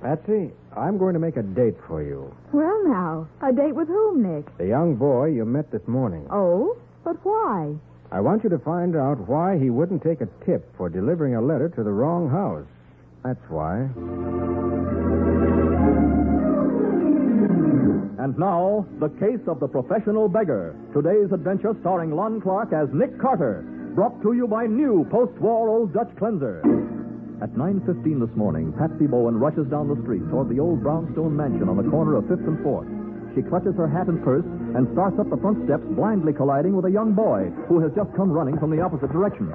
Patsy, I'm going to make a date for you. Well, now, a date with whom, Nick? The young boy you met this morning. Oh, but why? I want you to find out why he wouldn't take a tip for delivering a letter to the wrong house. That's why. And now, the case of the professional beggar. Today's adventure starring Lon Clark as Nick Carter, brought to you by new post-war Old Dutch cleanser. At 9.15 this morning, Patsy Bowen rushes down the street toward the old brownstone mansion on the corner of 5th and 4th. She clutches her hat and purse and starts up the front steps, blindly colliding with a young boy who has just come running from the opposite direction.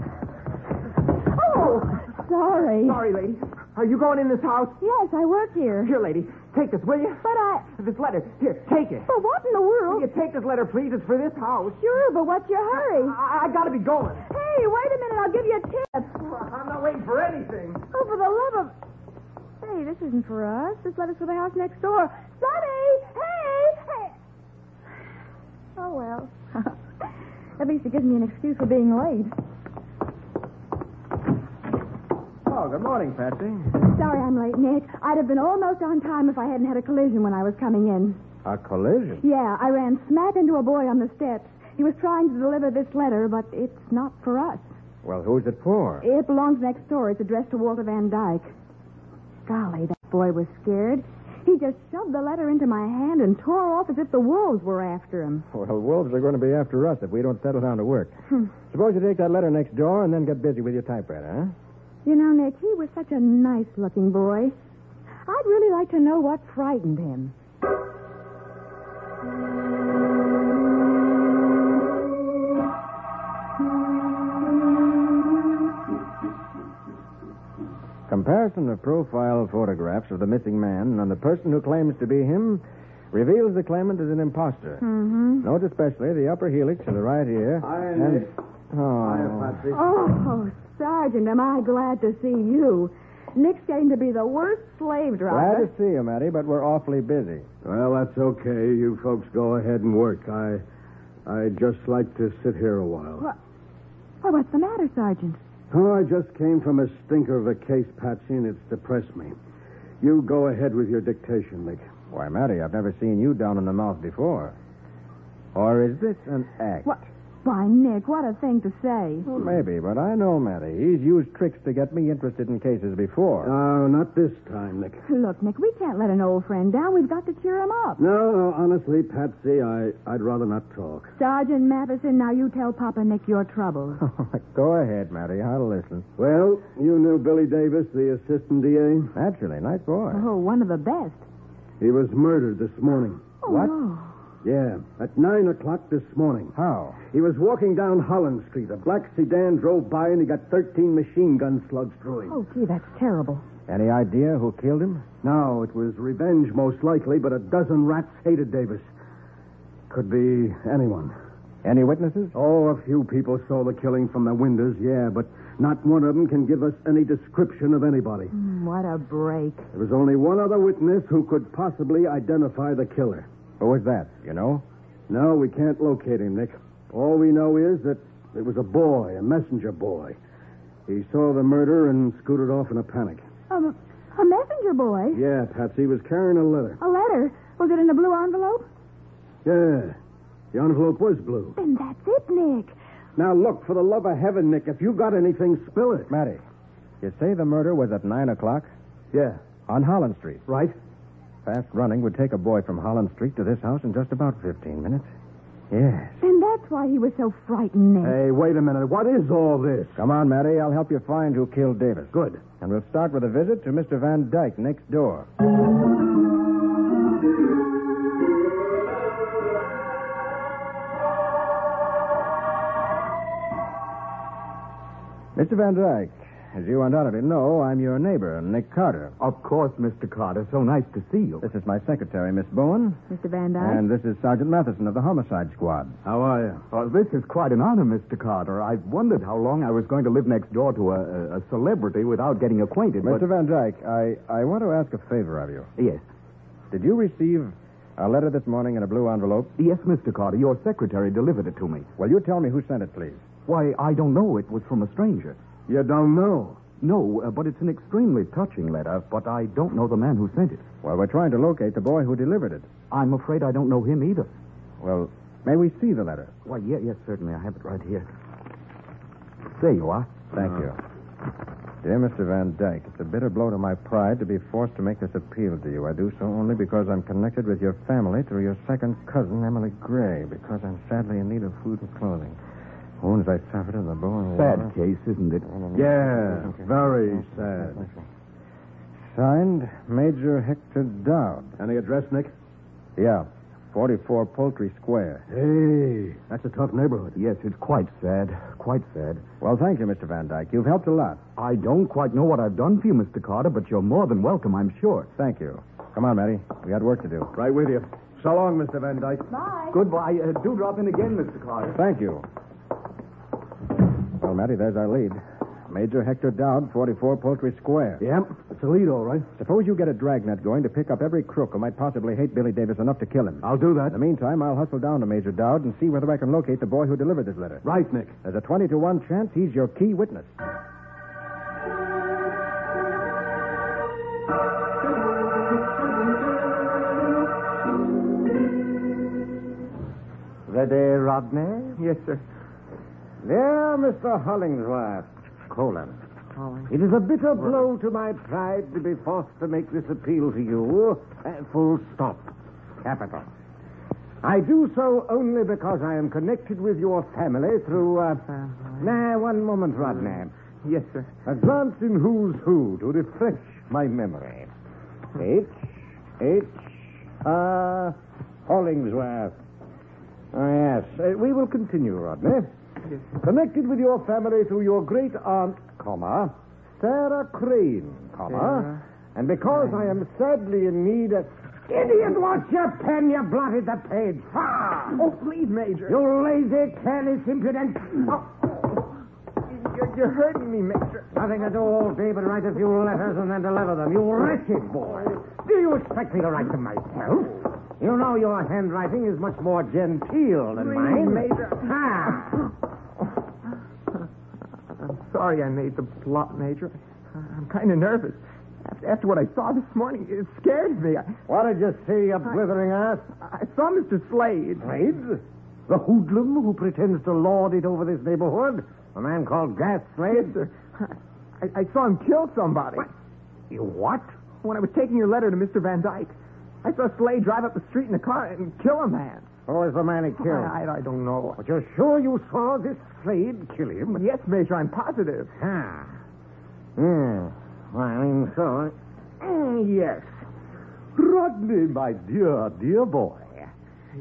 Oh, sorry. Sorry, lady. Are you going in this house? Yes, I work here. Here, lady. Take this, will you? But I. This letter. Here, take it. But what in the Will world? you take this letter, please? It's for this house. Sure, but what's your hurry? I, I gotta be going. Hey, wait a minute. I'll give you a tip. I'm not waiting for anything. Oh, for the love of. Hey, this isn't for us. This letter's for the house next door. Sonny! Hey! Hey! Oh, well. At least it gives me an excuse for being late. Oh, good morning, Patsy. Sorry I'm late, Nick. I'd have been almost on time if I hadn't had a collision when I was coming in. A collision? Yeah, I ran smack into a boy on the steps. He was trying to deliver this letter, but it's not for us. Well, who's it for? It belongs next door. It's addressed to Walter Van Dyke. Golly, that boy was scared. He just shoved the letter into my hand and tore off as if the wolves were after him. Well, wolves are going to be after us if we don't settle down to work. Suppose you take that letter next door and then get busy with your typewriter, huh? You know, Nick, he was such a nice looking boy. I'd really like to know what frightened him. Comparison of profile photographs of the missing man and the person who claims to be him reveals the claimant as an imposter. Mm-hmm. Note especially the upper helix of the right ear. Hi, and... Nick. Oh. Oh, Sergeant, am I glad to see you. Nick's getting to be the worst slave Glad driver. to see you, Matty, but we're awfully busy. Well, that's okay. You folks go ahead and work. I, I just like to sit here a while. Why, Oh, what's the matter, Sergeant? Oh, I just came from a stinker of a case, Patsy, and it's depressed me. You go ahead with your dictation, Nick. Why, Matty, I've never seen you down in the mouth before. Or is this an act? What? Why, Nick, what a thing to say. Well, maybe, but I know Matty. He's used tricks to get me interested in cases before. No, not this time, Nick. Look, Nick, we can't let an old friend down. We've got to cheer him up. No, no, honestly, Patsy, I, I'd rather not talk. Sergeant Matheson, now you tell Papa Nick your troubles. Go ahead, Matty. I'll listen. Well, you knew Billy Davis, the assistant DA. Naturally, nice boy. Oh, one of the best. He was murdered this morning. Oh, What? No. Yeah, at nine o'clock this morning. How? He was walking down Holland Street. A black sedan drove by and he got 13 machine gun slugs through him. Oh, gee, that's terrible. Any idea who killed him? No, it was revenge, most likely, but a dozen rats hated Davis. Could be anyone. Any witnesses? Oh, a few people saw the killing from their windows, yeah, but not one of them can give us any description of anybody. Mm, What a break. There was only one other witness who could possibly identify the killer. Who was that? You know? No, we can't locate him, Nick. All we know is that it was a boy, a messenger boy. He saw the murder and scooted off in a panic. Um, a messenger boy? Yeah, Patsy was carrying a letter. A letter? Was it in a blue envelope? Yeah. The envelope was blue. Then that's it, Nick. Now, look, for the love of heaven, Nick, if you got anything, spill it. Matty, You say the murder was at 9 o'clock? Yeah, On Holland Street. right? Fast running would take a boy from Holland Street to this house in just about 15 minutes. Yes. Then that's why he was so frightened, Nick. Hey, wait a minute. What is all this? Come on, Matty. I'll help you find who killed Davis. Good. And we'll start with a visit to Mr. Van Dyke next door. Mr. Van Dyke, as you undoubtedly know, I'm your neighbor, Nick Carter. Of course, Mr. Carter. So nice to see you. This is my secretary, Miss Bowen, Mr. Van Dyke. and this is Sergeant Matheson of the Homicide Squad. How are you? Well, Uh, this is quite an honor, Mr. Carter. I wondered how long I was going to live next door to a, a- a celebrity without getting acquainted. Mr. Van Dyke, I, I want to ask a favor of you. Yes. Did you receive a letter this morning in a blue envelope? Yes, Mr. Carter, your secretary delivered it to me. Will you tell me who sent it, please? Why, I don't know. It was from a stranger. You don't know. No, uh, but it's an extremely touching letter, but I don't know the man who sent it. Well, we're trying to locate the boy who delivered it. I'm afraid I don't know him either. Well, may we see the letter? Why, yeah, yes, certainly. I have it right here. There you are. Thank Uh-huh. you. Dear Mr. Van Dyke, it's a bitter blow to my pride to be forced to make this appeal to you. I do so only because I'm connected with your family through your second cousin, Emily Gray, because I'm sadly in need of food and clothing. Wounds I suffered in the bone. Uh, Sad case, isn't it? Yeah, very sad. Signed, Major Hector Dowd. Any address, Nick? Yeah, 44 Poultry Square. Hey, that's a tough neighborhood. Yes, it's quite sad. Quite sad. Well, thank you, Mr. Van Dyke. You've helped a lot. I don't quite know what I've done for you, Mr. Carter, but you're more than welcome, I'm sure. Thank you. Come on, Matty. We got work to do. Right with you. So long, Mr. Van Dyke. Bye. Goodbye. Uh, do drop in again, Mr. Carter. Thank you. Well, Matty, there's our lead. Major Hector Dowd, 44 Poultry Square. Yep, it's a lead, all right. Suppose you get a dragnet going to pick up every crook who might possibly hate Billy Davis enough to kill him. I'll do In the that. meantime, I'll hustle down to Major Dowd and see whether I can locate the boy who delivered this letter. Right, Nick. There's a 20 to 1 chance he's your key witness. Ready, Rodney? Yes, sir. There, Mr. Hollingsworth. Colon. It is a bitter blow to my pride to be forced to make this appeal to you. Uh, full stop. Capital. I do so only because I am connected with your family through. Uh... Nah, one moment, Rodney. Yes, sir. A glance in Who's Who to refresh my memory. H. H. uh, R. Hollingsworth. Oh, yes. Uh, we will continue, Rodney. Connected with your family through your great aunt, comma, Sarah Crane, comma, and because I am sadly in need of. Idiot, watch your pen. You blotted the page. Ha! Oh, please, Major. You lazy, careless, impudent. Oh. You're, you're hurting me, Major. Nothing to do all day but write a few letters and then deliver them. You wretched boy. Do you expect me to write them myself? You know your handwriting is much more genteel than Please, mine. Major. Ah. I'm sorry I made the plot, Major. I'm kind of nervous. After- After what I saw this morning, it scared me. I, What did you see, you blithering ass? I saw Mr. Slade. Slade? The hoodlum who pretends to lord it over this neighborhood? A man called Gas Yes, Slade? sir. I, I saw him kill somebody. You what? When I was taking your letter to Mr. Van Dyke, I saw Slade drive up the street in a car and kill a man. Who is the man he killed? I, I, I don't know. But you're sure you saw this Slade kill him? Yes, Major, I'm positive. Ah. Hmm. Well, I mean, so. Eh, yes. Rodney, my dear, dear boy.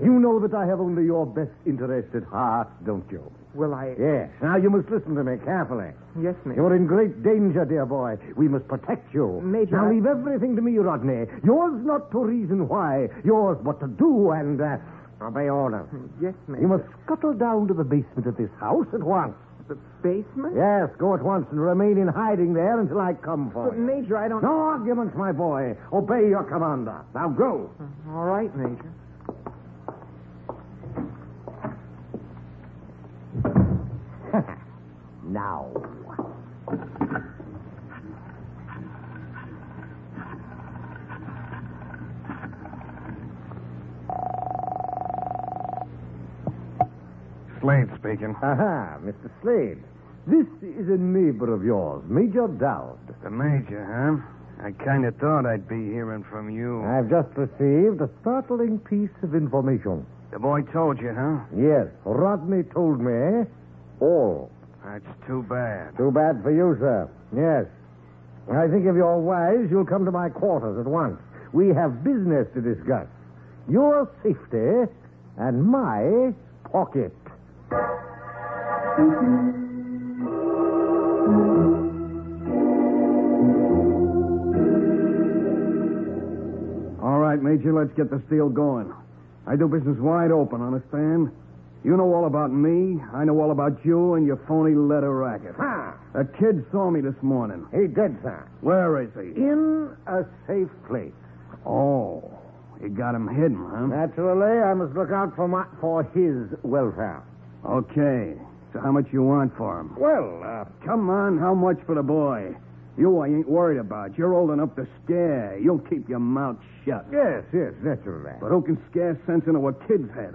You know that I have only your best interest at heart, don't you? Will I? Yes. Now you must listen to me carefully. Yes, Major. You're in great danger, dear boy. We must protect you. Major, Now I- leave everything to me, Rodney. Yours not to reason why, yours what to do and uh, obey orders. Yes, Major. You must scuttle down to the basement of this house at once. The basement? Yes, go at once and remain in hiding there until I come for But, you. Major, I don't. No arguments, my boy. Obey your commander. Now go. Mm-hmm. All right, Major. Now. Slade speaking. Aha, Mr. Slade. This is a neighbor of yours, Major Dowd. The Major, huh? I kind of thought I'd be hearing from you. I've just received a startling piece of information. The boy told you, huh? Yes, Rodney told me all. That's too bad. Too bad for you, sir. Yes. I think if you're wise, you'll come to my quarters at once. We have business to discuss. Your safety and my pocket. All right, Major, let's get this deal going. I do business wide open, understand? You know all about me. I know all about you and your phony letter racket. Ha! A kid saw me this morning. He did, sir. Where is he? In a safe place. Oh, you got him hidden, huh? Naturally, I must look out for my for his welfare. Okay. So how much you want for him? Well, uh, Come on, how much for the boy? You I ain't worried about. You're old enough to scare. You'll keep your mouth shut. yes, yes, naturally. But who can scare sense into a kid's head?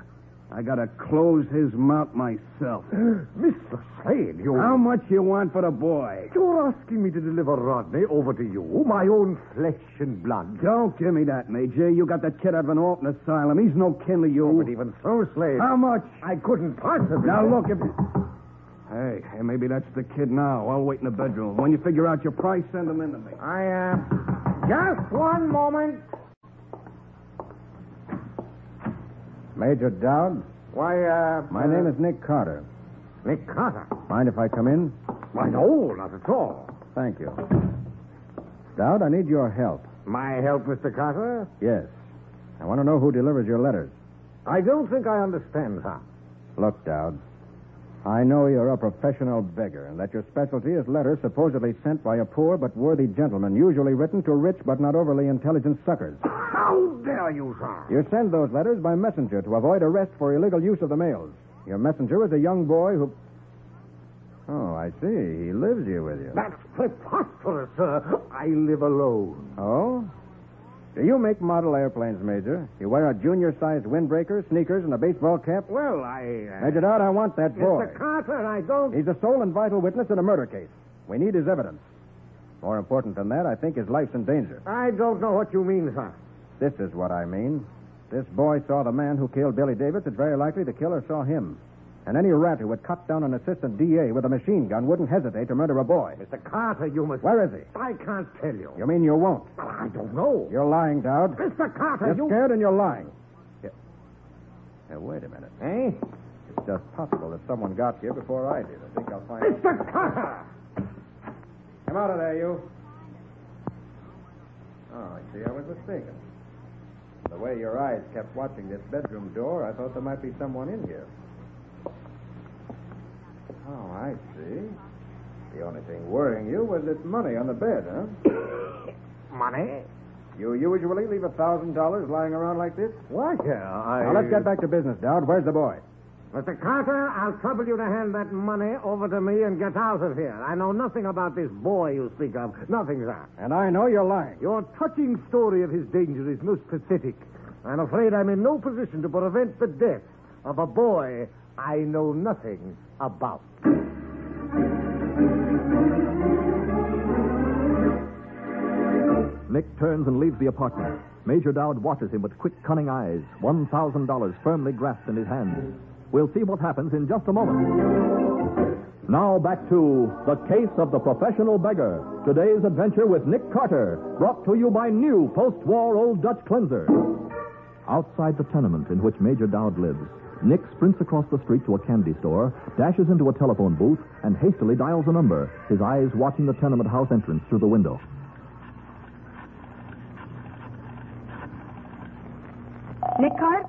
I gotta close his mouth myself. Mr. Slade, you How much you want for the boy? you're asking me to deliver Rodney over to you, my own flesh and blood. Don't give me that, Major. You got the kid out of an orphan asylum. He's no kin to you. But even so, Slade, How much? I couldn't possibly. Now look, if. Hey, hey, maybe that's the kid now. I'll wait in the bedroom. When you figure out your price, send him in to me. I uh, just one moment, Major Dowd, Why, uh, is Nick Carter. Nick Carter. Mind if I come in? Why, no, not at all. Thank you. Dowd, I need your help. My help, Mr. Carter? Yes. I want to know who delivered your letters. I don't think I understand, huh? Look, Dowd. I know you're a professional beggar and that your specialty is letters supposedly sent by a poor but worthy gentleman, usually written to rich but not overly intelligent suckers. How dare you, sir? You send those letters by messenger to avoid arrest for illegal use of the mails. Your messenger is a young boy who. Oh, I see. He lives here with you. That's preposterous, sir. I live alone. Oh? Do you make model airplanes, Major? You wear a junior sized windbreaker, sneakers, and a baseball cap? Well, I. Major Dowd, I want that boy. Mr. Carter, I don't. He's the sole and vital witness in a murder case. We need his evidence. More important than that, I think his life's in danger. I don't know what you mean, sir. This is what I mean. This boy saw the man who killed Billy Davis. It's very likely the killer saw him. And any rat who would cut down an assistant DA with a machine gun wouldn't hesitate to murder a boy. Mr. Carter, you must. Where is he? I can't tell you. You mean you won't? Well, I don't know. You're lying, Dowd. Mr. Carter, You're you. scared and you're lying. Yeah. Now, wait a minute. Eh? It's just possible that someone got here before I did. I think I'll find out. Mr. Carter! Come out of there, you. Oh, I see. I was mistaken. The way your eyes kept watching this bedroom door, I thought there might be someone in here. Oh, I see. The only thing worrying you was this money on the bed, huh? Money? You usually leave a thousand dollars lying around like this. Why, yeah, I. Now let's get back to business, Dowd. Where's the boy? Mr. Carter, I'll trouble you to hand that money over to me and get out of here. I know nothing about this boy you speak of. Nothing, sir. And I know you're lying. Your touching story of his danger is most pathetic. I'm afraid I'm in no position to prevent the death of a boy I know nothing about. Nick turns and leaves the apartment. Major Dowd watches him with quick, cunning eyes, $1,000 firmly grasped in his hand. We'll see what happens in just a moment. Now back to The Case of the Professional Beggar. Today's adventure with Nick Carter, brought to you by new post war Old Dutch Cleanser. Outside the tenement in which Major Dowd lives, Nick sprints across the street to a candy store, dashes into a telephone booth, and hastily dials a number, his eyes watching the tenement house entrance through the window. Nick Carter?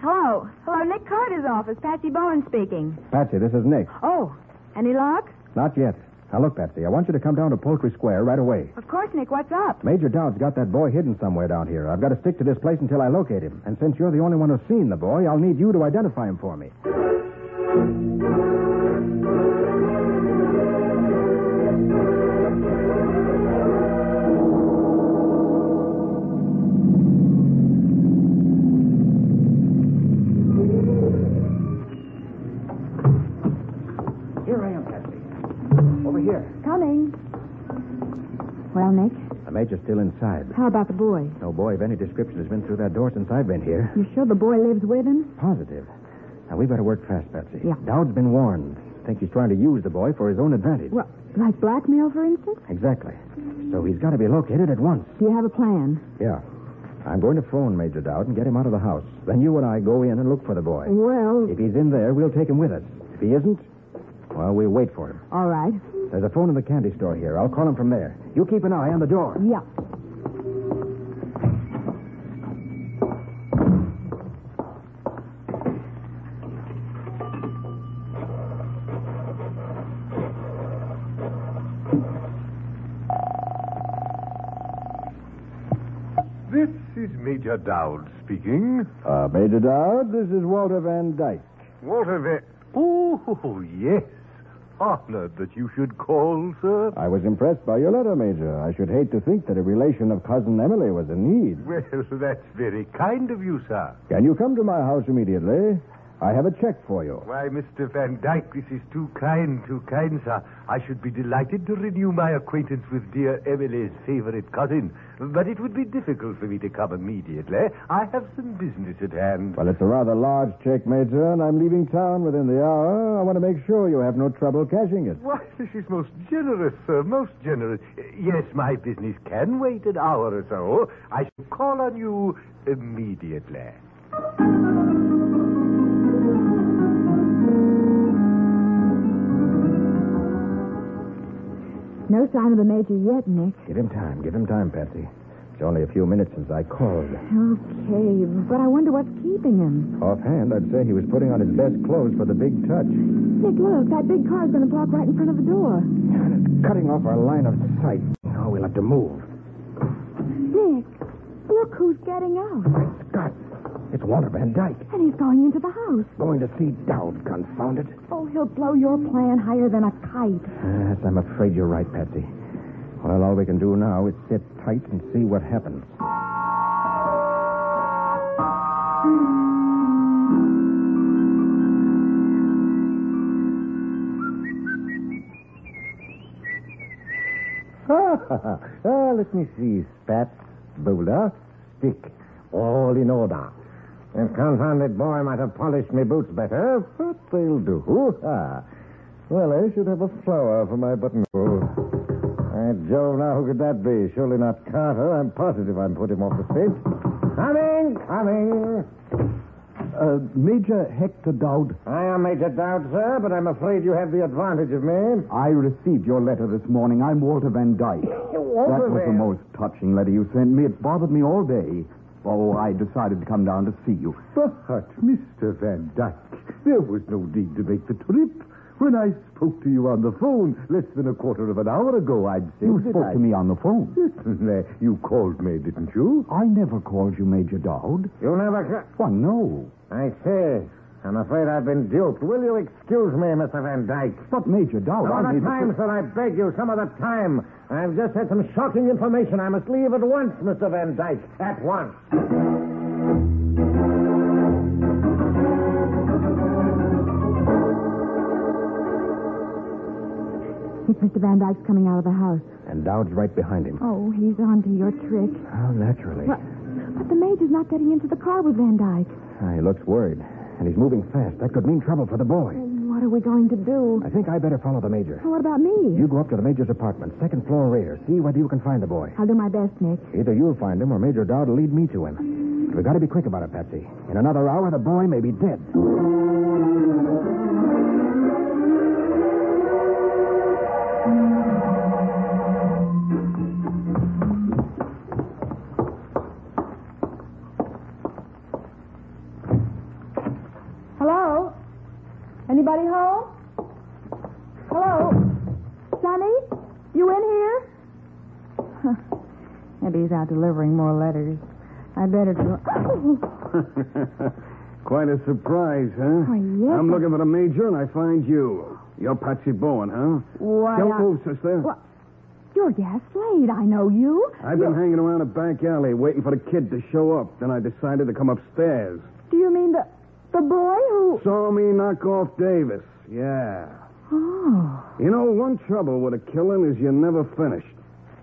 Hello. Hello, Nick Carter's office. Patsy Bowen speaking. Patsy, this is Nick. Oh, any luck? Not yet. Now look, Patsy, I want you to come down to Poultry Square right away. Of course, Nick. What's up? Major Dowd's got that boy hidden somewhere down here. I've got to stick to this place until I locate him. And since you're the only one who's seen the boy, I'll need you to identify him for me. Over here. Coming. Well, Nick, The Major's still inside. how about the boy? No boy of any description has been through that door since I've been here. You sure the boy lives with him? Positive. Now, we better work fast, Patsy. Yeah. Dowd's been warned. Think he's trying to use the boy for his own advantage. Well, like blackmail, for instance? Exactly. So he's got to be located at once. Do you have a plan? Yeah. I'm going to phone Major Dowd and get him out of the house. Then you and I go in and look for the boy. Well, If he's in there, we'll take him with us. If he isn't, well, we'll wait for him. all right. There's a phone in the candy store here. I'll call him from there. You keep an eye on the door. Yeah. This is Major Dowd speaking. Uh, Major Dowd, this is Walter Van Dyke. Walter Ve. Oh, yes. Honored that you should call, sir. I was impressed by your letter, Major. I should hate to think that a relation of Cousin Emily was in need. Well, that's very kind of you, sir. Can you come to my house immediately? I have a check for you. Why, Mr. Van Dyke, this is too kind, too kind, sir. I should be delighted to renew my acquaintance with dear Emily's favorite cousin, but it would be difficult for me to come immediately. I have some business at hand. Well, it's a rather large check, Major, and I'm leaving town within the hour. I want to make sure you have no trouble cashing it. Why, this is most generous, sir, most generous. Uh, Yes, my business can wait an hour or so. I shall call on you immediately. No sign of the major yet, Nick. Give him time. Give him time, Patsy. It's only a few minutes since I called. Okay, but I wonder what's keeping him. Offhand, I'd say he was putting on his best clothes for the big touch. Nick, look, that big car's going to park right in front of the door. Cutting off our line of sight. Now we'll have to move. Nick, look who's getting out. Scott, it's Walter Van Dyke And he's going into the house. going to see Dowd, confound it. Oh, he'll blow your plan higher than a kite. Yes, I'm afraid you're right, Patsy. Well, all we can do now is sit tight and see what happens. ah, let me see. Spat, boulder, stick. All in order. That confounded boy might have polished me boots better, but they'll do. Hoo-ha. Well, I should have a flower for my buttonhole. By Jove, now who could that be? Surely not Carter. I'm positive I'm put him off the stage. Coming, coming. Uh, Major Hector Dowd, I am Major Dowd, sir, but I'm afraid you have the advantage of me. I received your letter this morning. I'm Walter Van Dyke. that was the most touching letter you sent me. It bothered me all day. Oh, I decided to come down to see you. But, Mr. Van Dyke, there was no need to make the trip. When I spoke to you on the phone less than a quarter of an hour ago, I'd said You that spoke I- to me on the phone. Certainly. You called me, didn't you? I never called you Major Dowd. You never. Why, no. Ca- I say, I'm afraid I've been duped. Will you excuse me, Mr. Van Dyke? But Major Dowd, Some I other made the- time, sir, I beg you, some other time. I've just had some shocking information. I must leave at once, Mr. Van Dyke. At once. Nick, Mr. Van Dyke's coming out of the house. And Dowd's right behind him. Oh, he's on to your trick. Oh, naturally. But, but the major's not getting into the car with Van Dyke. Ah, he looks worried. And he's moving fast. That could mean trouble for the boy. What are we going to do? I think I better follow the major. What about me? You go up to the major's apartment, second floor rear. See whether you can find the boy. I'll do my best, Nick. Either you'll find him or Major Dowd will lead me to him. But we've got to be quick about it, Patsy. In another hour, the boy may be dead. Hello? Anybody home? Hello? Sonny? You in here? Maybe he's out delivering more letters. I better do. Oh, Quite a surprise, huh? Oh, yes. I'm looking for the major, and I find you. You're Patsy Bowen, huh? why? Don't I- uh, move, sister. What? You're Gaslight. I know you. I've been hanging around a back alley waiting for the kid to show up. Then I decided to come upstairs. Do you mean the the boy who? Saw me knock off Davis. Yeah. Oh. You know, one trouble with a killing is you never finish.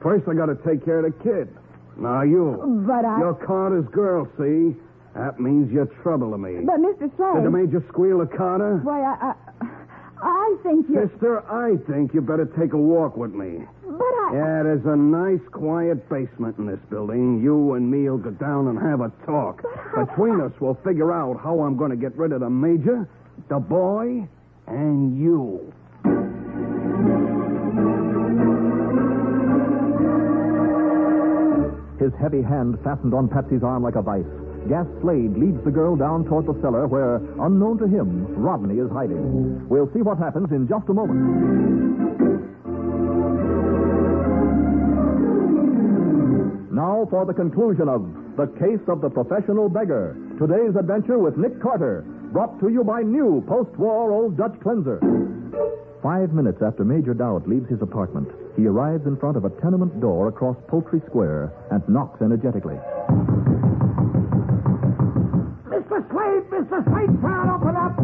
First, I got to take care of the kid. Now you. But I. Your Carter's girl, see? That means you're trouble to me. But Mr. Did the Slade. major squeal of Carter? Why, I, I. I think you. Mister, I think you better take a walk with me. But I. Yeah, there's a nice, quiet basement in this building. You and me'll go down and have a talk. Between us, we'll figure out how I'm going to get rid of the major, the boy, and you. His heavy hand fastened on Patsy's arm like a vice. Gas Slade leads the girl down toward the cellar where, unknown to him, Rodney is hiding. We'll see what happens in just a moment. Now for the conclusion of The Case of the Professional Beggar. Today's adventure with Nick Carter, brought to you by new post war Old Dutch Cleanser. Five minutes after Major Dowd leaves his apartment, he arrives in front of a tenement door across Poultry Square and knocks energetically. Mr. Slade, Mr. Slade, sir, open up.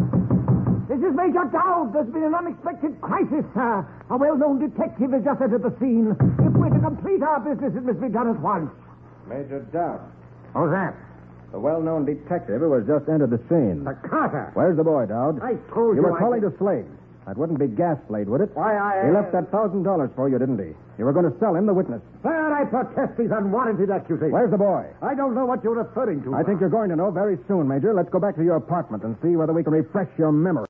This is Major Dowd. There's been an unexpected crisis, sir. A well-known detective has just entered the scene. If we're to complete our business, it must be done at once. Major Duff, How's that? the well-known detective who has just entered the scene. The Carter. Where's the boy, Dowd? I told you. you were I calling could- to Slade. That wouldn't be gas, Slade, would it? Why, I- He left that thousand dollars for you, didn't he? You were going to sell him the witness. Sir, I protest these unwarranted accusations. Where's the boy? I don't know what you're referring to. I think you're going to know very soon, Major. Let's go back to your apartment and see whether we can refresh your memory.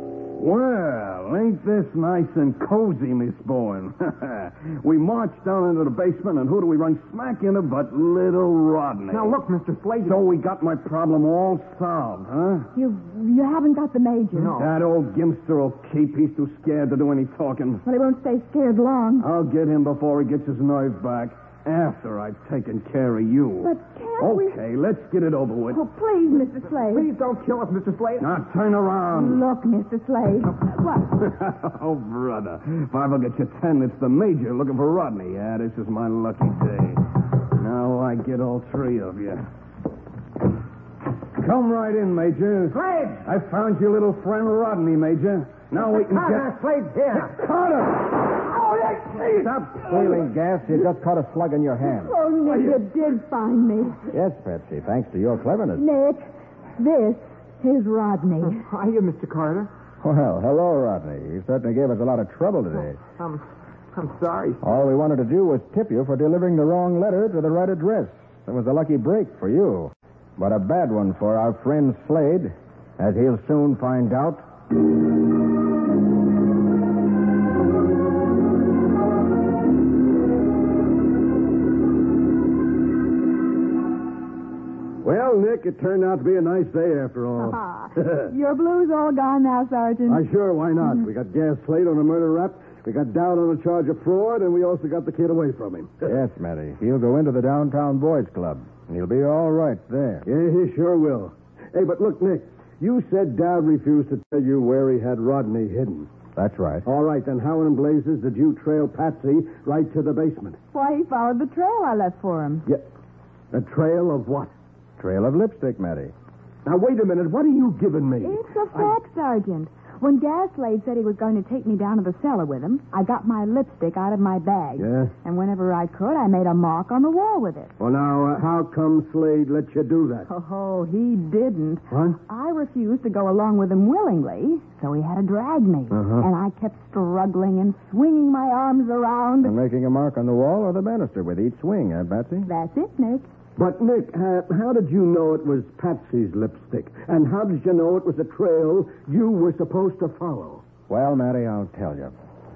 Well, ain't this nice and cozy, Miss Bowen? we march down into the basement, and who do we run smack into but little Rodney? Now, look, Mr. Slade. So we got my problem all solved, huh? You, you haven't got the major. No. That old gimster will keep. He's too scared to do any talking. Well, he won't stay scared long. I'll get him before he gets his nerve back. After I've taken care of you. But can't we? okay, let's get it over with. Oh, please, Mr. Slade. Please don't kill us, Mr. Slade. Now turn around. Look, Mr. Slade. What? oh, brother. If I ever get you ten, it's the major looking for Rodney. Yeah, this is my lucky day. Now I get all three of you. Come right in, Major. Slade! I found your little friend Rodney, Major. Now we can Carter, get. Slade's here. Carter! Oh, yes, please. Stop stealing gas. You just caught a slug in your hand. Oh, Nick, you did find me. Yes, Patsy, thanks to your cleverness. Nick, this is Rodney. Hiya, Mr. Carter. Well, hello, Rodney. You certainly gave us a lot of trouble today. Um, I'm sorry. All we wanted to do was tip you for delivering the wrong letter to the right address. That was a lucky break for you, but a bad one for our friend Slade, as he'll soon find out. Well, Nick, it turned out to be a nice day after all. Ah, your blue's all gone now, Sergeant. Why, sure, why not? We got gas Slade on a murder rap. We got Dowd on a charge of fraud, and we also got the kid away from him. yes, Matty. He'll go into the downtown boys club. He'll be all right there. Yeah, he sure will. Hey, but look, Nick, you said Dowd refused to tell you where he had Rodney hidden. That's right. All right, then how in blazes did you trail Patsy right to the basement? Why, he followed the trail I left for him. Yeah. A trail of what? Trail of lipstick, Matty. Hmm? Now, wait a minute. What are you giving me? It's a fact, Sergeant. When Gaslight said he was going to take me down to the cellar with him, I got my lipstick out of my bag. Yeah? And whenever I could, I made a mark on the wall with it. Well, now, uh, how come Slade let you do that? Oh, he didn't. What? I refused to go along with him willingly, so he had to drag me. Uh-huh. And I kept struggling and swinging my arms around. And making a mark on the wall or the banister with each swing, eh, Patsy? That's it, Nick. But, Nick, uh, how did you know it was Patsy's lipstick? And how did you know it was a trail you were supposed to follow? Well, Matty, I'll tell you.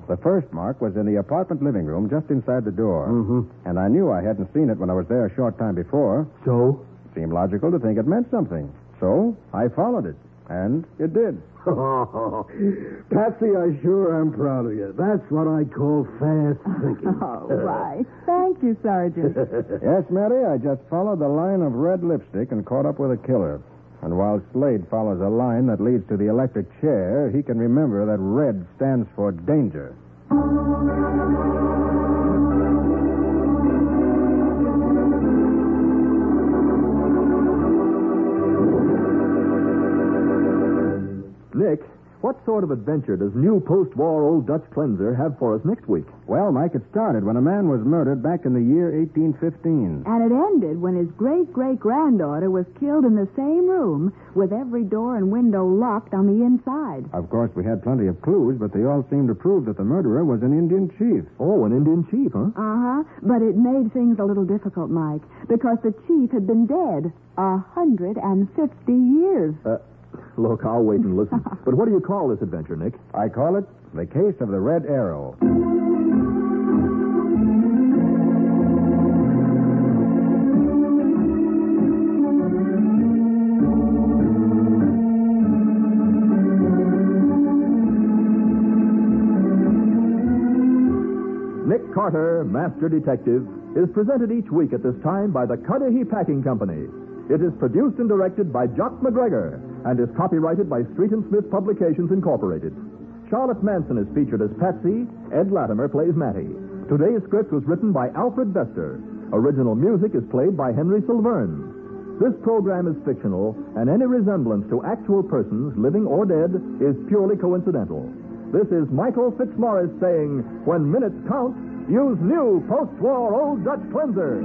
The first mark was in the apartment living room just inside the door. Mm-hmm. And I knew I hadn't seen it when I was there a short time before. So? Seemed logical to think it meant something. So I followed it. And it did. Patsy, I sure am proud of you. That's what I call fast thinking. Oh, why? Thank you, Sergeant. Yes, Matty, I just followed the line of red lipstick and caught up with a killer. And while Slade follows a line that leads to the electric chair, he can remember that red stands for danger. Nick, what sort of adventure does new post war old Dutch cleanser have for us next week? Well, Mike, it started when a man was murdered back in the year 1815. And it ended when his great great granddaughter was killed in the same room with every door and window locked on the inside. Uh. Of course, we had plenty of clues, but they all seemed to prove that the murderer was an Indian chief. Oh, an Indian chief, huh? Uh huh. But it made things a little difficult, Mike, because the chief had been dead a hundred and fifty years. Look, I'll wait and listen. but what do you call this adventure, Nick? I call it The Case of the Red Arrow. Nick Carter, Master Detective, is presented each week at this time by the Cudahy Packing Company. It is produced and directed by Jock McGregor and is copyrighted by Street and Smith Publications Incorporated. Charlotte Manson is featured as Patsy. Ed Latimer plays Matty. Today's script was written by Alfred Bester. Original music is played by Henry Silverne. This program is fictional, and any resemblance to actual persons, living or dead, is purely coincidental. This is Michael Fitzmaurice saying, when minutes count, use new post-war Old Dutch cleanser.